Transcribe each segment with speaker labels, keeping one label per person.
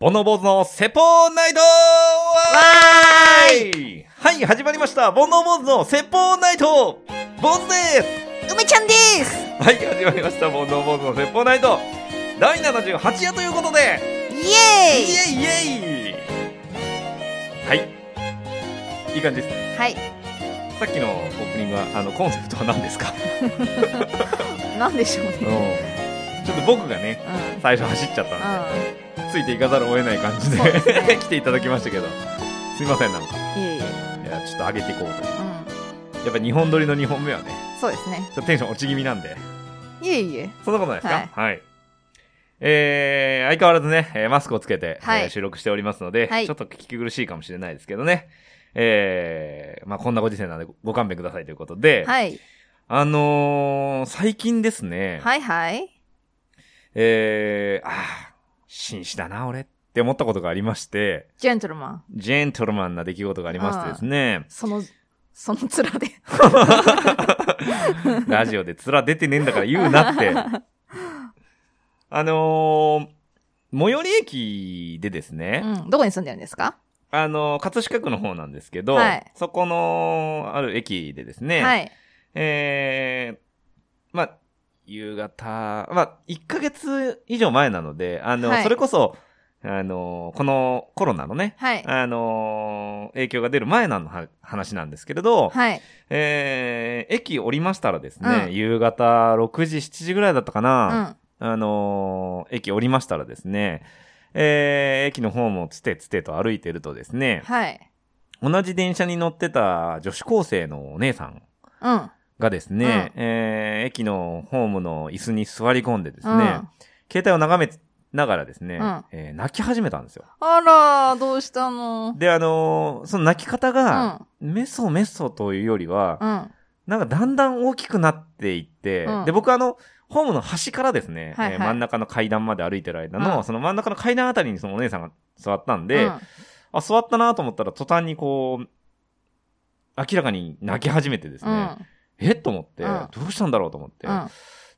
Speaker 1: ボンノーボーズのセポーナイトはーいはい、始まりました。ボンノーボーズのセポーナイトボーズです
Speaker 2: 梅ちゃんです
Speaker 1: はい、始まりました。ボンノーボーズのセポーナイト第78夜ということで
Speaker 2: イ
Speaker 1: イ
Speaker 2: エーイ
Speaker 1: エイイエイはい。いい感じです。
Speaker 2: はい、
Speaker 1: さっきのオープニングは、あの、コンセプトは何ですか
Speaker 2: なんでしょう
Speaker 1: うん
Speaker 2: ね。。
Speaker 1: ちょっと僕がね、
Speaker 2: うん。うん。
Speaker 1: 最初走っちゃったんで。ついていかざるを得ない感じで
Speaker 2: そうですね
Speaker 1: 来ていただきましたけどすいませんなんか
Speaker 2: いえいえ。
Speaker 1: いやちょっと上げていこうと
Speaker 2: うん。
Speaker 1: やっぱ日本撮りの2本目はね
Speaker 2: そうですね
Speaker 1: ちょ。っとテンション落ち気味なんで
Speaker 2: いえいえ。
Speaker 1: そんなことないです
Speaker 2: はい
Speaker 1: かはい、えー、相変わらずねえーマスクをつけて、
Speaker 2: はい
Speaker 1: えー収録しておりますので、
Speaker 2: はい
Speaker 1: ちょっと聞き苦しいかもしれないですけどねえー、まあこんなご時世なんでごご勘弁くださいということで、
Speaker 2: はい。
Speaker 1: あのー、最近ですね、
Speaker 2: はいはい。
Speaker 1: えー、ああ紳士だな俺って思ったことがありまして
Speaker 2: ジェントルマン。
Speaker 1: ジェントルマンな出来事がありましてですね、
Speaker 2: その、その面で。
Speaker 1: ラジオで面出てねえんだから言うなって。あのー最寄り駅でですね、
Speaker 2: うん。どこに住んでるんですか
Speaker 1: あのー葛飾区の方なんですけど、
Speaker 2: はい
Speaker 1: そこのある駅でですね、
Speaker 2: はい。
Speaker 1: えー、まあ、夕方、まあ、1ヶ月以上前なので、あの、
Speaker 2: はい
Speaker 1: それこそ、あのーこのコロナのね、
Speaker 2: はい。
Speaker 1: あのー影響が出る前なのは話なんですけれど、
Speaker 2: はい。
Speaker 1: えー駅降りましたらですね、
Speaker 2: うん
Speaker 1: 夕方6時、7時ぐらいだったか
Speaker 2: う
Speaker 1: な、
Speaker 2: ん。
Speaker 1: あのー駅降りましたらですね、えー駅のホームをつてつてと歩いてるとですね、
Speaker 2: はい。
Speaker 1: 同じ電車に乗ってた女子高生のお姉さん
Speaker 2: うん。
Speaker 1: がですね、えー駅のホームの椅子に座り込んでですね、
Speaker 2: うん
Speaker 1: 携帯を眺めながらですね、
Speaker 2: うん
Speaker 1: えー泣き始めたんですよ。
Speaker 2: あら、どうしたの
Speaker 1: で、あのーその泣き方
Speaker 2: う
Speaker 1: が、
Speaker 2: ん。
Speaker 1: メソメソというよりは、
Speaker 2: うん。
Speaker 1: なんかだんだん大きくなっていって、
Speaker 2: うん
Speaker 1: で、僕あの、ホームの端からですね、
Speaker 2: はいはい
Speaker 1: えー真ん中の階段まで歩いてる間の、
Speaker 2: うん
Speaker 1: その真ん中の階段あたりにそのお姉さんが座ったんで、
Speaker 2: うん
Speaker 1: あ、座ったなと思ったら途端にこう、明らかに泣き始めてです
Speaker 2: うん。
Speaker 1: ね、えっと思って、
Speaker 2: うん
Speaker 1: どうしたんだろうと思って、
Speaker 2: うん。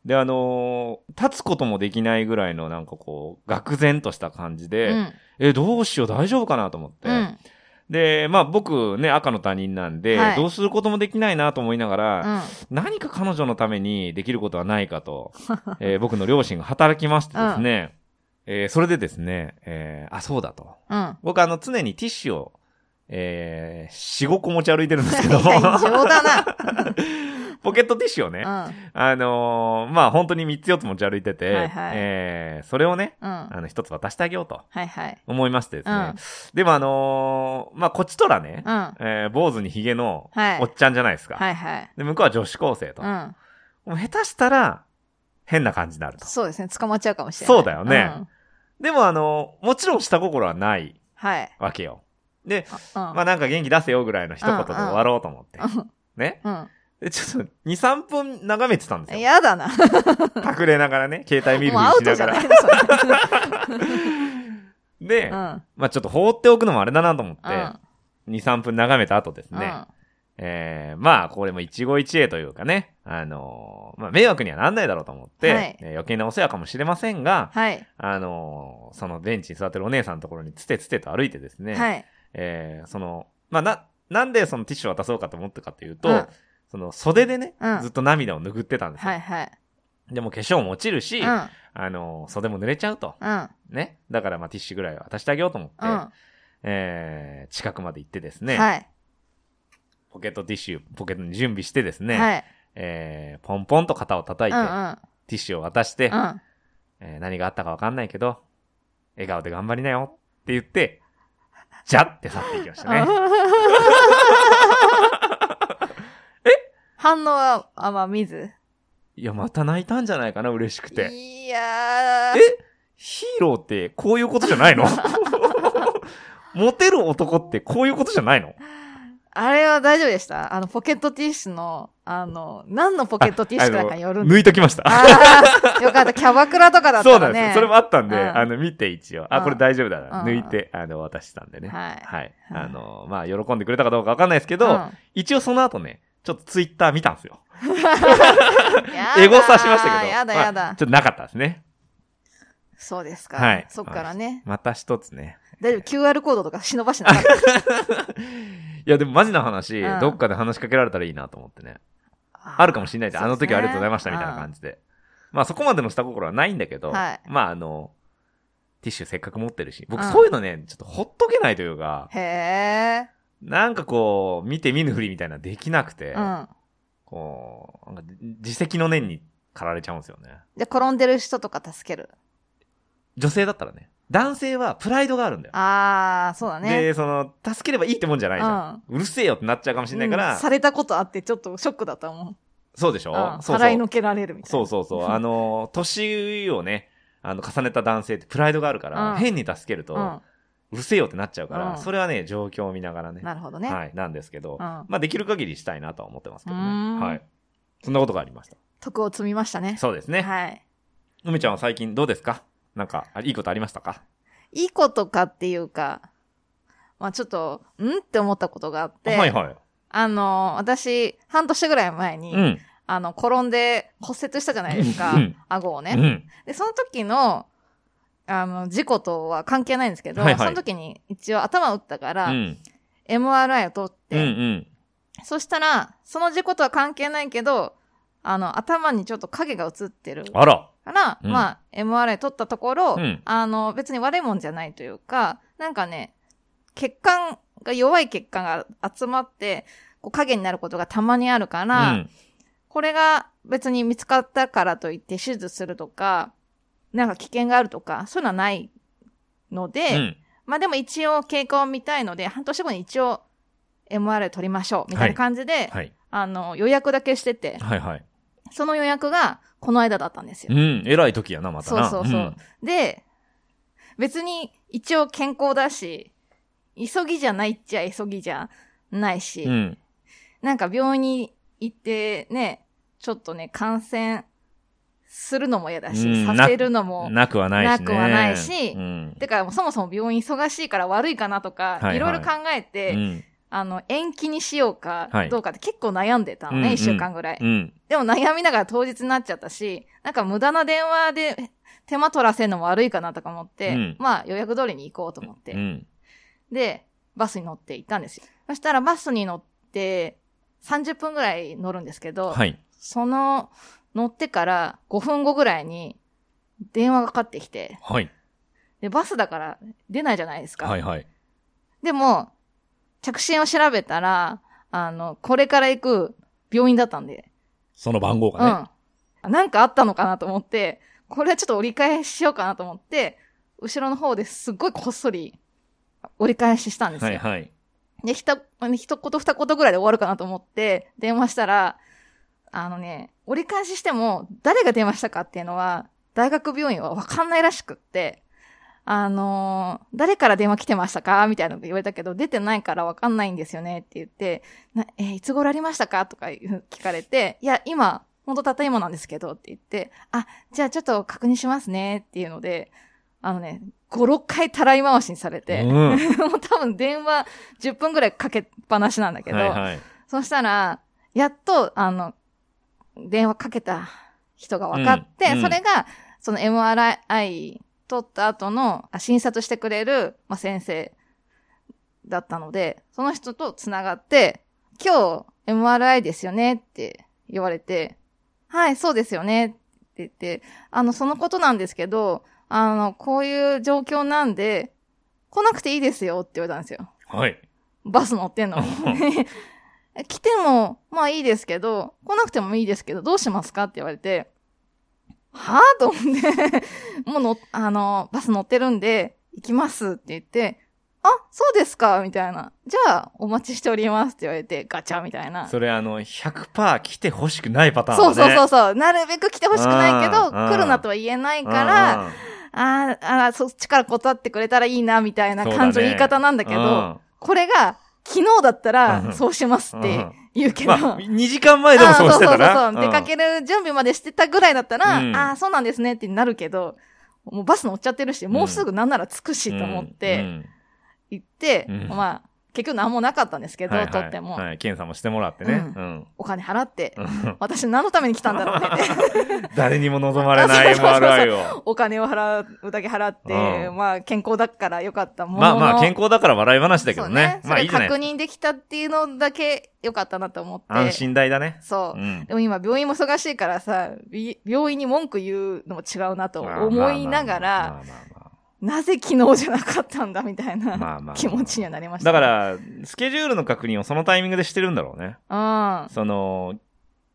Speaker 1: で、あのー立つこともできないぐらいのなんかこう、愕然とした感じで、
Speaker 2: うん。
Speaker 1: え、どうしよう大丈夫かなと思って、
Speaker 2: うん。
Speaker 1: で、まあ僕ね、赤の他人なんで、
Speaker 2: はい
Speaker 1: どうすることもできないなと思いながら、
Speaker 2: うん。
Speaker 1: 何か彼女のためにできることはないかと、 えー僕の両親が働きましてですね、えーそれでですね、えーあ、そうだと。
Speaker 2: うん。
Speaker 1: 僕あの常にティッシュを、えー、4、5個持ち歩いてるんですけど
Speaker 2: いや異常だな。
Speaker 1: ポケットティッシュをね、あのーまあ、本当に3つ4つ持ち歩いてて、
Speaker 2: はいはい
Speaker 1: えーそれをね、
Speaker 2: うん。うん。
Speaker 1: あの、1つ渡してあげようと
Speaker 2: はいはい。
Speaker 1: 思いましてですね。
Speaker 2: うん
Speaker 1: でもあのーまあ、こっちとらね
Speaker 2: う、ん。は
Speaker 1: えー坊主にヒゲの
Speaker 2: はい
Speaker 1: おっちゃんじゃないですか。
Speaker 2: いはい。
Speaker 1: で、向こうは女子高生と。
Speaker 2: うん。
Speaker 1: もう下手したら、変な感じになると。
Speaker 2: そうですね。捕まっちゃうかもしれない。
Speaker 1: そうだよね
Speaker 2: ん
Speaker 1: でもあの、もちろん下心はない
Speaker 2: はい。
Speaker 1: わけよ。で、
Speaker 2: あ
Speaker 1: まあなんか元気出せよぐらいの一言で
Speaker 2: うんうん
Speaker 1: 終わろうと思って。ね。
Speaker 2: うん。
Speaker 1: で、ちょっと2、3分眺めてたんです
Speaker 2: うん。
Speaker 1: よ。
Speaker 2: やだな。も
Speaker 1: 隠れながらね、携帯見る
Speaker 2: う
Speaker 1: ふり
Speaker 2: アウ
Speaker 1: しな
Speaker 2: トじ
Speaker 1: が
Speaker 2: ゃな
Speaker 1: ら。
Speaker 2: いのそれ
Speaker 1: で、
Speaker 2: うん。うん。
Speaker 1: まあちょっと放っておくのもあれだなと思って、
Speaker 2: うん
Speaker 1: 2、3分眺めた後ですね。
Speaker 2: うん
Speaker 1: えー、まあ、これも一期一会というかね、あのーまあ、迷惑にはなんないだろうと思って、
Speaker 2: はい
Speaker 1: えー余計なお世話かもしれませんが、
Speaker 2: はい。
Speaker 1: あのーそのベンチに座ってるお姉さんのところにつてつてと歩いてですね、
Speaker 2: はい。
Speaker 1: えーその、まあ、な、なんでそのティッシュを渡そうかと思ったかというと、
Speaker 2: うん
Speaker 1: その袖でね、
Speaker 2: うん
Speaker 1: ずっと涙を拭ってたんですよ。
Speaker 2: はいはい。
Speaker 1: でも化粧も落ちるし、
Speaker 2: うん。
Speaker 1: あのー袖も濡れちゃうと。
Speaker 2: うん。
Speaker 1: ね。だからまあティッシュぐらいは渡してあげようと思って、
Speaker 2: うん。
Speaker 1: えー近くまで行ってですね、
Speaker 2: はい。
Speaker 1: ポケットティッシュ、ポケットに準備してですね、
Speaker 2: はい。
Speaker 1: えーポンポンと肩を叩い
Speaker 2: うん。
Speaker 1: て、
Speaker 2: うん。
Speaker 1: ティッシュを渡して、
Speaker 2: うん。
Speaker 1: えー何があったかわかんないけど、笑顔で頑張りなよって言って、じゃって去っていきました ね。
Speaker 2: 反応は、あんま見ず。
Speaker 1: いや、また泣いたんじゃないかな、嬉しくて。
Speaker 2: いやー。
Speaker 1: えヒーローってこういうことじゃないのモテる男ってこういうことじゃないの
Speaker 2: あれは大丈夫でしたあの、ポケットティッシュの、あの、何のポケットティッシュかなんかによる
Speaker 1: あ
Speaker 2: ん
Speaker 1: の
Speaker 2: で。
Speaker 1: 抜いときました。
Speaker 2: あーよかった。キャバクラとかだっ
Speaker 1: そ
Speaker 2: た
Speaker 1: うな
Speaker 2: ら
Speaker 1: んです
Speaker 2: ね
Speaker 1: よ。。それもあったんで、
Speaker 2: うん
Speaker 1: あの、見て一応。
Speaker 2: う
Speaker 1: あ、
Speaker 2: ん
Speaker 1: これ大丈夫だな。
Speaker 2: うん
Speaker 1: 抜いて、あの、渡したんでね。
Speaker 2: はい
Speaker 1: はい。
Speaker 2: うん
Speaker 1: あの、まあ、喜んでくれたかどうかわかんないですけど、
Speaker 2: うん
Speaker 1: 一応その後ね、ちょっとツイッター見たんですよ。
Speaker 2: やだー
Speaker 1: エゴサしましたけど。
Speaker 2: やだ
Speaker 1: まあ
Speaker 2: やだ
Speaker 1: ちょっ。となかったですね。
Speaker 2: そうですか。
Speaker 1: はい
Speaker 2: そっからね。
Speaker 1: また一つね。
Speaker 2: 大丈夫、QR コードとか忍ばしなかった。
Speaker 1: いや、でもマジな話、
Speaker 2: うん
Speaker 1: どっかで話しかけられたらいいなと思ってね。 あるかもしれないで、
Speaker 2: そう
Speaker 1: あ
Speaker 2: ですね
Speaker 1: の時はありがとうございましたみたいな感じで。まあそこまでの下心はないんだけど、
Speaker 2: はい
Speaker 1: まああの、ティッシュせっかく持ってるし、僕
Speaker 2: うん
Speaker 1: そういうのね、ちょっとほっとけないというか、
Speaker 2: へえ。
Speaker 1: なんかこう、見て見ぬふりみたいなのできなくて、
Speaker 2: うん。
Speaker 1: こう、なんか自責の念に駆られちゃうんですよね。
Speaker 2: で、転んでる人とか助ける。
Speaker 1: 女性だったらね。男性はプライドがあるんだよ。
Speaker 2: あー、そうだね。
Speaker 1: で、その、助ければいいってもんじゃないじゃん。うるせえよってなっちゃうかもしれないから、
Speaker 2: うんされたことあって、ちょっとショックだったもん。
Speaker 1: そうでしょ、
Speaker 2: うん
Speaker 1: そうそう
Speaker 2: 払いのけられるみたいな。
Speaker 1: そうそうそう。あの、年をね、あの、重ねた男性ってプライドがあるから、
Speaker 2: うん
Speaker 1: 変に助けると、
Speaker 2: うん。
Speaker 1: うるせえよってなっちゃうから、
Speaker 2: うん
Speaker 1: それはね、状況を見ながらね。
Speaker 2: なるほどね。
Speaker 1: はい、なんですけど、
Speaker 2: うん。
Speaker 1: まあ、できる限りしたいなとは思ってますけど
Speaker 2: うーん
Speaker 1: ね。はい。そんなことがありました。
Speaker 2: 徳を積みましたね。
Speaker 1: そうですね。
Speaker 2: はい。
Speaker 1: 梅ちゃんは最近どうですかなんか、あいいことありましたか
Speaker 2: いいことかっていうか、まあちょっと、んって思ったことがあって、
Speaker 1: はいはい。
Speaker 2: あの、私、半年ぐらい前に、
Speaker 1: うん。
Speaker 2: あの、転んで骨折したじゃないですか、
Speaker 1: うん
Speaker 2: 顎をね。
Speaker 1: うん。
Speaker 2: で、その時の、あの、事故とは関係ないんですけど、
Speaker 1: はいはい
Speaker 2: その時に一応頭打ったから、
Speaker 1: うん。
Speaker 2: MRI を取っ
Speaker 1: うん。う
Speaker 2: て、
Speaker 1: ん。
Speaker 2: そしたら、その事故とは関係ないけど、あの、頭にちょっと影が映ってるか
Speaker 1: あら。
Speaker 2: ら、
Speaker 1: うん
Speaker 2: まあ、MRI 取ったところ、
Speaker 1: うん
Speaker 2: あの、別に悪いもんじゃないというか、なんかね、血管が、弱い血管が集まって、こう影になることがたまにあるから、
Speaker 1: うん。
Speaker 2: これが別に見つかったからといって手術するとか、なんか危険があるとか、そういうのはないので、
Speaker 1: うん。
Speaker 2: まあでも一応経過を見たいので、半年後に一応 MRI 取りましょう、みたいな感じで、
Speaker 1: はい。
Speaker 2: あの、予約だけしてて、
Speaker 1: はいはい。
Speaker 2: その予約がこの間だったんです
Speaker 1: う
Speaker 2: よ。
Speaker 1: ん。偉い時やな、また
Speaker 2: そう
Speaker 1: な。
Speaker 2: そうそう。で、別に一応健康だし、急ぎじゃないっちゃ急ぎじゃないし、
Speaker 1: うん。うん。
Speaker 2: なんか病院に行ってね、ちょっとね、感染するのも嫌だし、
Speaker 1: うん
Speaker 2: させるのも。
Speaker 1: なくはないし、ね。
Speaker 2: なくはないし
Speaker 1: うん。
Speaker 2: てか、そもそも病院忙しいから悪いかなとか、
Speaker 1: はいはい
Speaker 2: いろいろ考えて、
Speaker 1: うん。
Speaker 2: あの、延期にしようか
Speaker 1: はい
Speaker 2: どうかって結構悩んでたの
Speaker 1: うんう
Speaker 2: ね、
Speaker 1: ん
Speaker 2: 一、週間ぐらい。
Speaker 1: うん。
Speaker 2: でも悩みながら当日になっちゃったし、なんか無駄な電話で手間取らせるのも悪いかなとか思って、
Speaker 1: うん
Speaker 2: まあ予約通りに行こうと思って、
Speaker 1: うん。
Speaker 2: で、バスに乗って行ったんですよ。そしたらバスに乗って30分ぐらい乗るんですけど、
Speaker 1: はい。
Speaker 2: その乗ってから5分後ぐらいに電話がかかってきて、
Speaker 1: はい。
Speaker 2: で、バスだから出ないじゃないですか。
Speaker 1: はいはい。
Speaker 2: でも、着信を調べたら、あの、これから行く病院だったんで、
Speaker 1: その番号がね。
Speaker 2: うん。なんかあったのかなと思って、これはちょっと折り返ししようかなと思って、後ろの方ですっごいこっそり折り返ししたんですよ。
Speaker 1: はいはい。
Speaker 2: で、ひた、一言二言ぐらいで終わるかなと思って、電話したら、あのね、折り返ししても、誰が電話したかっていうのは、大学病院はわかんないらしくって、あのー誰から電話来てましたかみたいなこと言われたけど、出てないからわかんないんですよねって言って、なえーいつ頃ありましたかとかいう聞かれて、いや、今、ほんとたった今なんですけどって言って、あ、じゃあちょっと確認しますねっていうので、あのね、5、6回たらい回しにされて、
Speaker 1: うん。
Speaker 2: もう多分電話10分ぐらいかけっぱなしなんだけど、
Speaker 1: はいはい。
Speaker 2: そしたら、やっと、あの、電話かけた人が分かって、
Speaker 1: うんうん
Speaker 2: それが、その MRI 取った後のあ診察してくれる、まあ、先生だったので、その人と繋がって、今日 MRI ですよねって言われて、はい、そうですよねって言って、あの、そのことなんですけど、あの、こういう状況なんで、来なくていいですよって言われたんですよ。
Speaker 1: はい。
Speaker 2: バス乗ってんのに。 来ても、まあいいですけど、来なくてもいいですけど、どうしますかって言われて、はぁと思って、 もうの、あの、バス乗ってるんで、行きますって言って、あ、そうですかみたいな。じゃあ、お待ちしておりますって言われて、ガチャみたいな。
Speaker 1: それあの、100%来てほしくないパターンだ
Speaker 2: そう
Speaker 1: ね。
Speaker 2: そうそうそう。なるべく来てほしくないけ
Speaker 1: う
Speaker 2: ど、
Speaker 1: んうん
Speaker 2: 来るなとは言えないから、あーあー、そっちから断ってくれたらいいな、みたいな感
Speaker 1: そ
Speaker 2: じ
Speaker 1: うだ
Speaker 2: の
Speaker 1: ね
Speaker 2: 言い方なんだけ
Speaker 1: う
Speaker 2: ど、
Speaker 1: ん
Speaker 2: これが、昨日だった
Speaker 1: うん
Speaker 2: ら、そうしますっ
Speaker 1: う
Speaker 2: て
Speaker 1: ん
Speaker 2: 言うけど。
Speaker 1: まあ、2時間前でもそうしてた
Speaker 2: あーそうそうそ
Speaker 1: な。
Speaker 2: うそう。出かける準備までしてたぐらいだったら、
Speaker 1: うん
Speaker 2: ああ、そうなんですねってなるけど、もうバス乗っちゃってるし、もうすぐなんなら着くしと思って、行って、
Speaker 1: うん
Speaker 2: まあ、結局何もなかったんですけど、
Speaker 1: はいはい
Speaker 2: 取っても、
Speaker 1: はい。検査もしてもらってね。
Speaker 2: う
Speaker 1: うん。
Speaker 2: お金払って、
Speaker 1: うん
Speaker 2: 私何のために来たんだろうね って。
Speaker 1: 誰にも望まれない
Speaker 2: そう そうそうそう
Speaker 1: MRI を。
Speaker 2: お金を払うだけ払って、
Speaker 1: うん
Speaker 2: まあ健康だからよかったものの。
Speaker 1: まあまあ、健康だから笑い話だけどね。
Speaker 2: そう
Speaker 1: まあいいじゃな
Speaker 2: それ
Speaker 1: い。
Speaker 2: 確認できたっていうのだけよかったなと思って。
Speaker 1: 安心代だね。
Speaker 2: そうう。
Speaker 1: ん。
Speaker 2: でも今、病院も忙しいからさ、び病院に文句言うのも違うなと思いながら、
Speaker 1: まあまあまあまあまあまあまあ
Speaker 2: なぜ昨日じゃなかったんだみたい
Speaker 1: まあまあま
Speaker 2: な
Speaker 1: あ
Speaker 2: 気持ちにはなりました。
Speaker 1: だか、ら、スケジュールの確認をそのタイミングでしてるんだろうね。
Speaker 2: うん。
Speaker 1: その、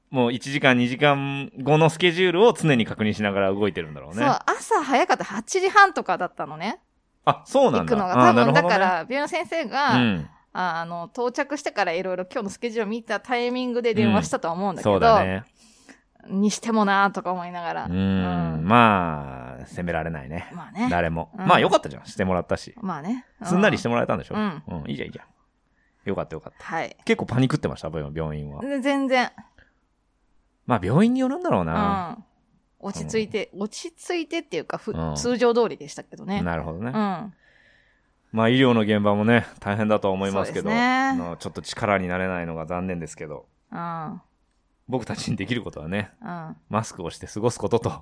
Speaker 1: もう1時間2時間後のスケジュールを常に確認しながら動いてるんだろうね。
Speaker 2: そう、朝早かった8時半とかだったのね。
Speaker 1: あ、そうな
Speaker 2: 行
Speaker 1: んだ。
Speaker 2: くのが。
Speaker 1: あ
Speaker 2: 多
Speaker 1: なる
Speaker 2: 分、
Speaker 1: ほど
Speaker 2: だ
Speaker 1: ね
Speaker 2: から、病院の先生が、
Speaker 1: うん。
Speaker 2: ああの、到着してからいろいろ今日のスケジュールを見たタイミングで電話したとは思うんだけ
Speaker 1: そ
Speaker 2: ど、
Speaker 1: うだね。
Speaker 2: にしてもなーとか思いながら。
Speaker 1: うー、
Speaker 2: うんん
Speaker 1: まあ、責められないね。
Speaker 2: まあね。
Speaker 1: 誰も。
Speaker 2: うん
Speaker 1: まあ、よかったじゃん。してもらったし。
Speaker 2: まあね。う
Speaker 1: すんなりしてもらえたんでしょ。
Speaker 2: うん
Speaker 1: うん、いいじゃん、いいじゃん。よかった、よかった。
Speaker 2: はい。
Speaker 1: 結構パニクってました、病院は。
Speaker 2: で全然、
Speaker 1: まあ、病院によるんだろう
Speaker 2: う
Speaker 1: な。
Speaker 2: ん。落ち着いて、落ち着いてっていうか、ふ
Speaker 1: うん
Speaker 2: 通常通りでしたけどね。
Speaker 1: なるほどね
Speaker 2: う。ん。
Speaker 1: まあ、医療の現場もね、大変だとは思いますけ
Speaker 2: そ
Speaker 1: ど、
Speaker 2: うですね
Speaker 1: あのちょっと力になれないのが残念ですけど、
Speaker 2: うん。うん。
Speaker 1: 僕たちにできることはね、
Speaker 2: は
Speaker 1: マスクをして過ごすことと、
Speaker 2: い。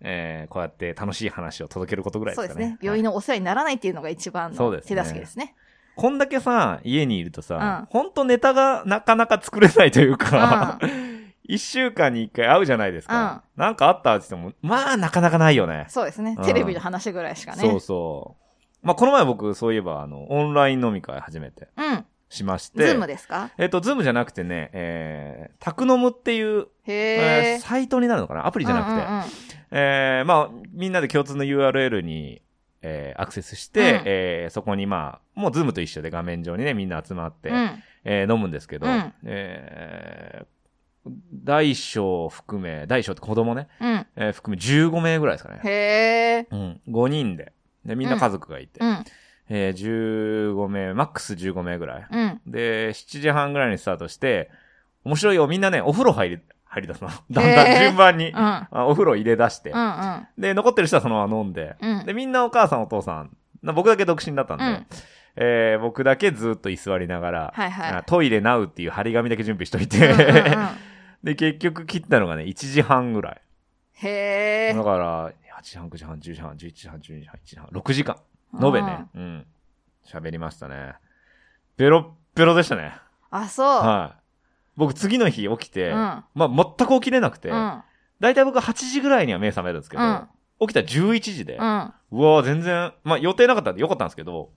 Speaker 1: えー、こうやって楽しい話を届けることぐらいで
Speaker 2: そ
Speaker 1: す
Speaker 2: うで
Speaker 1: か
Speaker 2: す
Speaker 1: ね。
Speaker 2: ね。病院
Speaker 1: はい
Speaker 2: のお世話にならないっていうのが一番
Speaker 1: そう
Speaker 2: の
Speaker 1: です
Speaker 2: 手
Speaker 1: ね
Speaker 2: 助けですね。
Speaker 1: こんだけさ、家にいるとさ、
Speaker 2: うん
Speaker 1: ほんとネタがなかなか作れないというか、
Speaker 2: う
Speaker 1: 一週間に一回会うじゃないですか。なんかあったって言っても、まあなかなかないよね。
Speaker 2: そうですね
Speaker 1: うん。
Speaker 2: テレビの話ぐらいしかね。
Speaker 1: そうそう。まあこの前僕そういえば、あの、オンライン飲み会初めて
Speaker 2: うん。
Speaker 1: しまして。
Speaker 2: ズームですか
Speaker 1: えっ、と、ズームじゃなくてね、えー、タクノムっていう、
Speaker 2: へ
Speaker 1: えー
Speaker 2: え。
Speaker 1: サイトになるのかなアプリじゃなくて。
Speaker 2: うんうんうん
Speaker 1: えー、まあ、みんなで共通の URL に、えー、アクセスして、
Speaker 2: うん
Speaker 1: えー、そこにまあ、もうズームと一緒で画面上にね、みんな集まって、
Speaker 2: うん
Speaker 1: えー飲むんですけど、
Speaker 2: うん
Speaker 1: えー大小含め、大小って子供ね、
Speaker 2: うん。
Speaker 1: えー含め15名ぐらいですかね。
Speaker 2: へえ。
Speaker 1: うん、5人で。で、みんな家族がいて、
Speaker 2: うん。
Speaker 1: えー15名、マックス15名ぐらい。
Speaker 2: うん。
Speaker 1: で、7時半ぐらいにスタートして、面白いよ、みんなね、お風呂入り、入り出すの。だんだん順番に、
Speaker 2: うん。うん。
Speaker 1: あお風呂入れ出して、
Speaker 2: うん。
Speaker 1: で、残ってる人はそのまま飲んで、
Speaker 2: うん。
Speaker 1: で、みんなお母さんお父さん、な僕だけ独身だったんで、
Speaker 2: うん
Speaker 1: えー僕だけずっと居座りながら、
Speaker 2: はいはい
Speaker 1: あトイレナウっていう張り紙だけ準備しといて、
Speaker 2: うんうんうん
Speaker 1: で、結局切ったのがね、1時半ぐらい。
Speaker 2: へ
Speaker 1: だ
Speaker 2: え。
Speaker 1: から、8時半、9時半、10時半、11時半、12時半、1時半、6時間。延べね。うん。喋りましたね。ベロッベロでしたね。
Speaker 2: あ、そう。
Speaker 1: はい。僕次の日起きて、
Speaker 2: うん
Speaker 1: まあ全く起きれなくて、
Speaker 2: うん。
Speaker 1: だいたい僕8時ぐらいには目覚めたんですけど、
Speaker 2: うん
Speaker 1: 起きたら11時で、
Speaker 2: うん。
Speaker 1: うわー全然、まあ予定なかったんでよかったんですけど、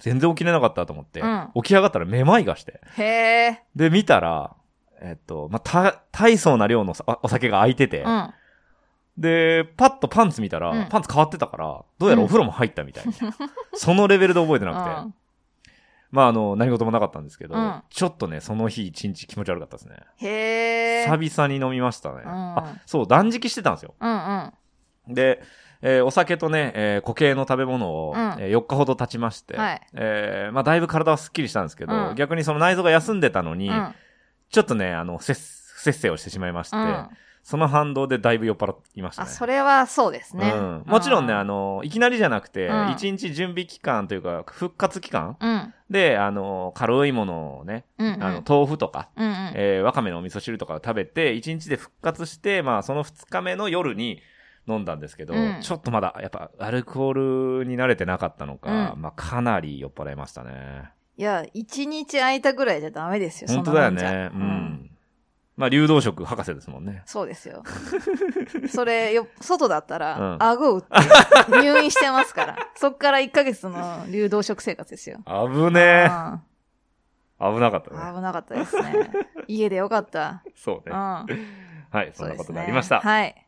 Speaker 1: 全然起きれなかったと思って、
Speaker 2: うん
Speaker 1: 起き上がったらめまいがして。
Speaker 2: へえ。
Speaker 1: で、見たら、えっと、まあ、た、大層な量のさお酒が空いてて、
Speaker 2: うん。
Speaker 1: で、パッとパンツ見たら、
Speaker 2: うん
Speaker 1: パンツ変わってたから、どうやらお風呂も入ったみたい な。そのレベルで覚えてなくて、
Speaker 2: うん
Speaker 1: まあ、あの、何事もなかったんですけど、
Speaker 2: うん
Speaker 1: ちょっとね、その日一日気持ち悪かったですね。
Speaker 2: へえ。
Speaker 1: 久々に飲みましたね。
Speaker 2: うん
Speaker 1: あ、そう、断食してたんですよ。
Speaker 2: うんうん。
Speaker 1: で、えーお酒とね、えー固形の食べ物を、
Speaker 2: うん
Speaker 1: え4日ほど経ちまして、
Speaker 2: はい
Speaker 1: えーまあ、だいぶ体はスッキリしたんですけど、
Speaker 2: うん
Speaker 1: 逆にその内臓が休んでたのに、
Speaker 2: うん
Speaker 1: ちょっとね、あの、せっ、不節制をしてしまいまして、
Speaker 2: うん
Speaker 1: その反動でだいぶ酔っ払いました
Speaker 2: あ、
Speaker 1: ね。
Speaker 2: それはそうですね
Speaker 1: う。ん、もちろんね、
Speaker 2: う
Speaker 1: あの、いきなりじゃなくて、
Speaker 2: うん
Speaker 1: 1日準備期間というか、復活期間
Speaker 2: うん。
Speaker 1: で、あの、軽いものをね、
Speaker 2: うんうん
Speaker 1: あの、豆腐とか、
Speaker 2: うんうん。
Speaker 1: えーわかめのお味噌汁とかを食べて、1日で復活して、まあ、その2日目の夜に飲んだんですけど、
Speaker 2: うん
Speaker 1: ちょっとまだ、やっぱ、アルコールに慣れてなかったのか、
Speaker 2: う
Speaker 1: まあ、かなり酔っ払いましたね。
Speaker 2: いや、一日空いたぐらいじゃダメですよ、
Speaker 1: 本当だよ
Speaker 2: そんなもんじゃ
Speaker 1: ね。うん。。まあ、流動食博士ですもんね。
Speaker 2: そうです よ。それよ、外だったら、
Speaker 1: うん
Speaker 2: 顎を打って、入院してますから。 そっから1ヶ月の流動食生活ですよ。
Speaker 1: 危ねえ。
Speaker 2: うん
Speaker 1: 危なかったね。
Speaker 2: 危なかったですね。家でよかった。
Speaker 1: そう
Speaker 2: う
Speaker 1: ね。
Speaker 2: ん。
Speaker 1: はい、そ
Speaker 2: そ
Speaker 1: ん
Speaker 2: う
Speaker 1: な
Speaker 2: で
Speaker 1: こ
Speaker 2: す
Speaker 1: とに
Speaker 2: ね
Speaker 1: なりました。
Speaker 2: はい。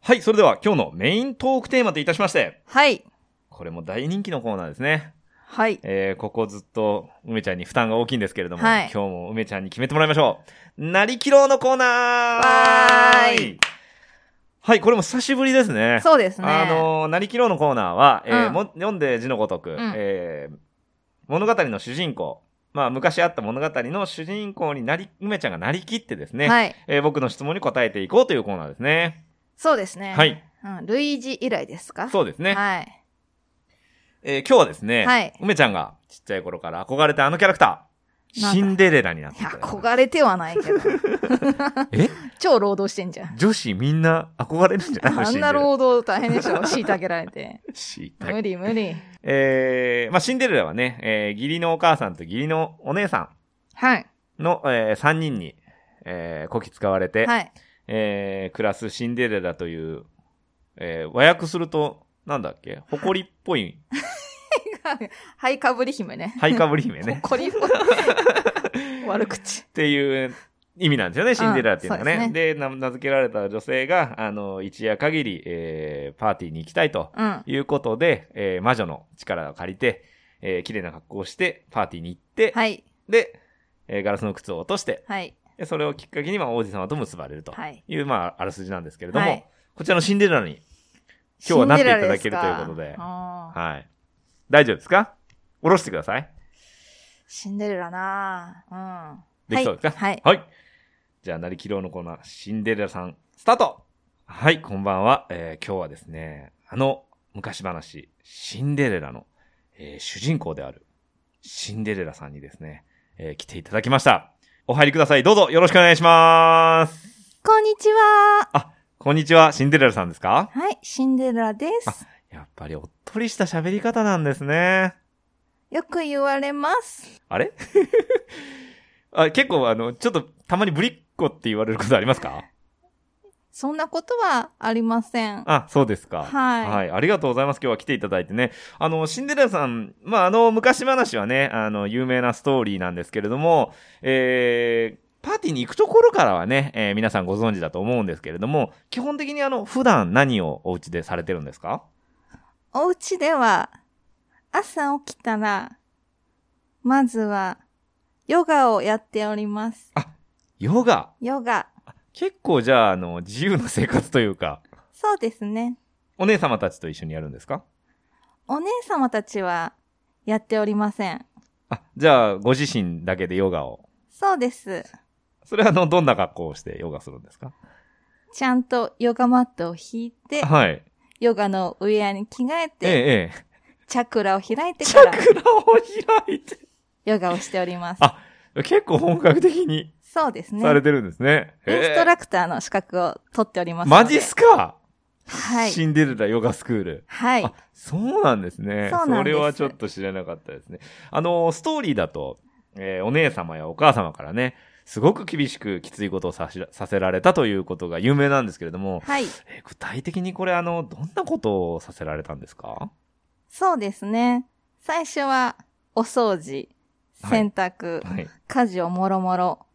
Speaker 1: はい、それでは今日のメイントークテーマといたしまして、
Speaker 2: はい。
Speaker 1: これも大人気のコーナーですね。
Speaker 2: はい。
Speaker 1: えーここずっと梅ちゃんに負担が大きいんですけれども、
Speaker 2: はい
Speaker 1: 今日も梅ちゃんに決めてもらいましょう。なりきろうのコーナー
Speaker 2: わーい
Speaker 1: はい、これも久しぶりですね。
Speaker 2: そうですね。
Speaker 1: あのーなりきろうのコーナーは、えー
Speaker 2: うん
Speaker 1: も読んで字のごとく、
Speaker 2: ん
Speaker 1: えー物語の主人公、まあ昔あった物語の主人公になり、梅ちゃんがなりきってですね、
Speaker 2: はい。
Speaker 1: えー僕の質問に答えていこうというコーナーですね。
Speaker 2: そうですね。
Speaker 1: はい。
Speaker 2: うん、類似以来ですか
Speaker 1: そうですね。
Speaker 2: はい。
Speaker 1: えー今日はですね、
Speaker 2: はい
Speaker 1: 梅ちゃんがちっちゃい頃から憧れたあのキャラクター、
Speaker 2: なんだ
Speaker 1: シンデレラになって
Speaker 2: いや、
Speaker 1: たよ
Speaker 2: 憧れてはないけど。
Speaker 1: え
Speaker 2: 超労働してんじゃん。
Speaker 1: 女子みんな憧れるんじゃない
Speaker 2: あんな労働大変でしょ。虐げられて。
Speaker 1: シンデレラ
Speaker 2: 無理無理。
Speaker 1: えー、まあ、シンデレラはね、えー義理のお母さんと義理のお姉さ
Speaker 2: はい。
Speaker 1: んの、え3人に、えーこき使われて、
Speaker 2: はい。
Speaker 1: えー暮らすシンデレラという、えー和訳すると、なんだっけ誇りっぽい、
Speaker 2: はいかぶり姫ね。
Speaker 1: ハイカブリ姫ね。
Speaker 2: こりっ ぽい。悪口。
Speaker 1: っていう意味なんですよね、シンデレラっていうのが
Speaker 2: うん
Speaker 1: ね。
Speaker 2: そう
Speaker 1: でな名付けられた女性が、あの、一夜限り、えーパーティーに行きたいと
Speaker 2: うん。
Speaker 1: いうことで、えー魔女の力を借りて、えー綺麗な格好をして、パーティーに行って、
Speaker 2: はい。
Speaker 1: で、えーガラスの靴を落として、
Speaker 2: はい。
Speaker 1: でそれをきっかけに、まあ、王子様と結ばれると
Speaker 2: はい。
Speaker 1: いう、まあ、あらすじなんですけれども、
Speaker 2: はい
Speaker 1: こちらのシンデレラに、今日はなっていただけるということで
Speaker 2: で。
Speaker 1: はい。大丈夫ですか下ろしてください。
Speaker 2: シンデレラなぁうん。
Speaker 1: できそうですか
Speaker 2: はい。
Speaker 1: はい。じゃあ、なりきろうのコーナー、シンデレラさん、スタートはい、こんばんは。えー今日はですね、あの昔話、シンデレラの、えー主人公である、シンデレラさんにですね、えー来ていただきました。お入りください。どうぞよろしくお願いします。
Speaker 2: こんにちは。
Speaker 1: こんにちは、シンデレラさんですか
Speaker 2: はい、シンデレラです。
Speaker 1: やっぱりおっとりした喋り方なんですね。
Speaker 2: よく言われます。
Speaker 1: あれ あ結構あの、ちょっとたまにぶりっ子って言われることありますか
Speaker 2: そんなことはありません。
Speaker 1: あ、そうですか。
Speaker 2: はい
Speaker 1: ありがとうございます。今日は来ていただいてね。あの、シンデレラさん、まあ、あの、昔話はね、あの、有名なストーリーなんですけれども、えー、パーティーに行くところからはね、えー皆さんご存知だと思うんですけれども、基本的にあの、普段何をお家でされてるんですか
Speaker 2: お家では、朝起きたら、まずは、ヨガをやっております。
Speaker 1: ヨガ。
Speaker 2: ヨガ。
Speaker 1: 結構じゃあ、あの、自由な生活というか、
Speaker 2: そうですね。
Speaker 1: お姉様たちと一緒にやるんですか
Speaker 2: お姉様たちは、やっておりません。
Speaker 1: あ、じゃあ、ご自身だけでヨガを。
Speaker 2: そうです。
Speaker 1: それはあの、どんな格好をしてヨガするんですか
Speaker 2: ちゃんとヨガマットを引いて、
Speaker 1: はい。
Speaker 2: ヨガのウェアに着替え
Speaker 1: ええ
Speaker 2: て、、
Speaker 1: ええ。
Speaker 2: チャクラを開い てから、
Speaker 1: 蔵を開いて。
Speaker 2: ヨガをしております
Speaker 1: あ。結構本格的に
Speaker 2: そうですね。
Speaker 1: されてるんですね。
Speaker 2: イン
Speaker 1: へえ
Speaker 2: ストラクターの資格を取っておりますので。
Speaker 1: マジっすか、
Speaker 2: はい。
Speaker 1: シンデレラヨガスクール。
Speaker 2: はい
Speaker 1: あ。そうなんですね
Speaker 2: そうなんです
Speaker 1: れはちょっと知らなかったですね。あの、ストーリーだと、えーお姉様やお母様からね、すごく厳しくきついことをさしさせられたということが有名なんですけれども、
Speaker 2: はい。
Speaker 1: えー具体的にこれあの、どんなことをさせられたんですか
Speaker 2: そうですね。最初は、お掃除、
Speaker 1: はい
Speaker 2: 洗濯、
Speaker 1: はい。
Speaker 2: 家事をもろもろ、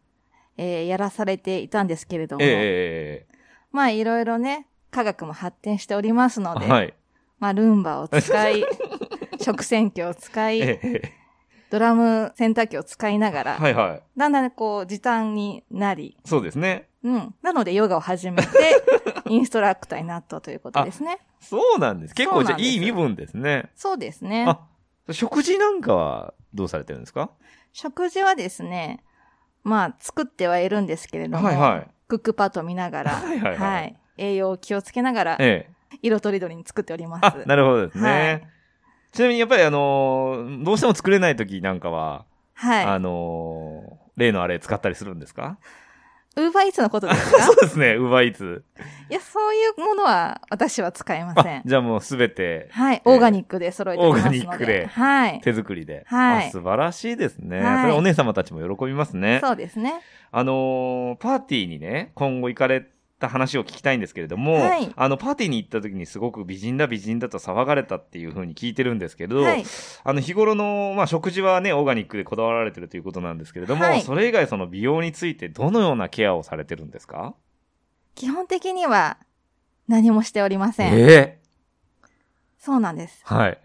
Speaker 2: えーやらされていたんですけれども、
Speaker 1: え
Speaker 2: まあいろいろね、科学も発展しております
Speaker 1: え
Speaker 2: ので、
Speaker 1: はい。
Speaker 2: まあルンバを使 い、食洗機を使
Speaker 1: え
Speaker 2: い、
Speaker 1: え
Speaker 2: ドラム洗濯機を使いながら、
Speaker 1: はいはい。
Speaker 2: だんだんこう時短になり、
Speaker 1: そうですね。
Speaker 2: うん。なのでヨガを 始めて、インストラクターになったということですね。
Speaker 1: そうなんです。結構じゃあ
Speaker 2: そうなんで
Speaker 1: い
Speaker 2: す
Speaker 1: い身分ですね。
Speaker 2: そうですね。
Speaker 1: あ、食事なんかはどうされてるんですか
Speaker 2: 食事はですね、まあ、作ってはいるんですけれども、
Speaker 1: はいはい
Speaker 2: クックパッドを見ながら、
Speaker 1: はい はいはい
Speaker 2: 栄養を気をつけながら、
Speaker 1: ええ。
Speaker 2: 色とりどりに作っております
Speaker 1: あ、。なるほどですね。
Speaker 2: はい
Speaker 1: ちなみにやっぱりあのーどうしても作れない時なんかは、
Speaker 2: は
Speaker 1: あ
Speaker 2: い。
Speaker 1: のー例のあれ使ったりするんですか
Speaker 2: ウーバーイーツのことですか
Speaker 1: そうですね、ウーバーイーツ。
Speaker 2: いや、そういうものは私は使えませ
Speaker 1: あ
Speaker 2: ん、。
Speaker 1: じゃあもうすべて
Speaker 2: はい。オーガニックで揃えておりますので。
Speaker 1: オーガニックで
Speaker 2: はい。
Speaker 1: 手作りで。
Speaker 2: はい
Speaker 1: あ素晴らしいですね。
Speaker 2: はい
Speaker 1: それはお姉様たちも喜びますね。
Speaker 2: そうですね。
Speaker 1: あのーパーティーにね、今後行かれた話を聞きたいんですけれども、
Speaker 2: はい
Speaker 1: あの、パーティーに行った時にすごく美人だ美人だと騒がれたっていう風に聞いてるんですけれど、
Speaker 2: はい。
Speaker 1: あの、日頃の、まあ、食事はね、オーガニックでこだわられてるということなんですけれども、
Speaker 2: はい
Speaker 1: それ以外その美容についてどのようなケアをされてるんですか
Speaker 2: 基本的には何もしておりません。
Speaker 1: え
Speaker 2: そうなんです。
Speaker 1: はい。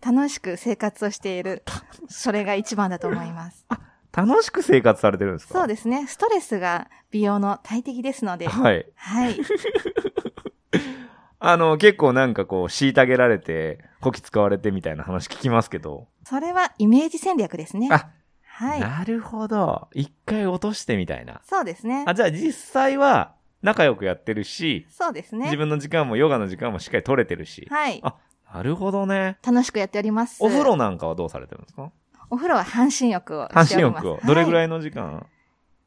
Speaker 2: 楽しく生活をしている。それが一番だと思います。
Speaker 1: 楽しく生活されてるんですか
Speaker 2: そうですね。ストレスが美容の大敵ですので。
Speaker 1: はい。
Speaker 2: はい。
Speaker 1: あの、結構なんかこう、虐げられて、こき使われてみたいな話聞きますけど。
Speaker 2: それはイメージ戦略ですね。
Speaker 1: あ、
Speaker 2: はい。
Speaker 1: なるほど。一回落としてみたいな。
Speaker 2: そうですね
Speaker 1: あ、。じゃあ実際は仲良くやってるし、
Speaker 2: そうです
Speaker 1: 自
Speaker 2: ね。
Speaker 1: 分の時間もヨガの時間もしっかり取れてるし。
Speaker 2: はい。
Speaker 1: あ、なるほどね。
Speaker 2: 楽しくやっております。
Speaker 1: お風呂なんかはどうされてるんですか
Speaker 2: お風呂は半身浴を
Speaker 1: 半
Speaker 2: して
Speaker 1: 身
Speaker 2: おります。
Speaker 1: 浴を。どれぐら
Speaker 2: い、
Speaker 1: いの時間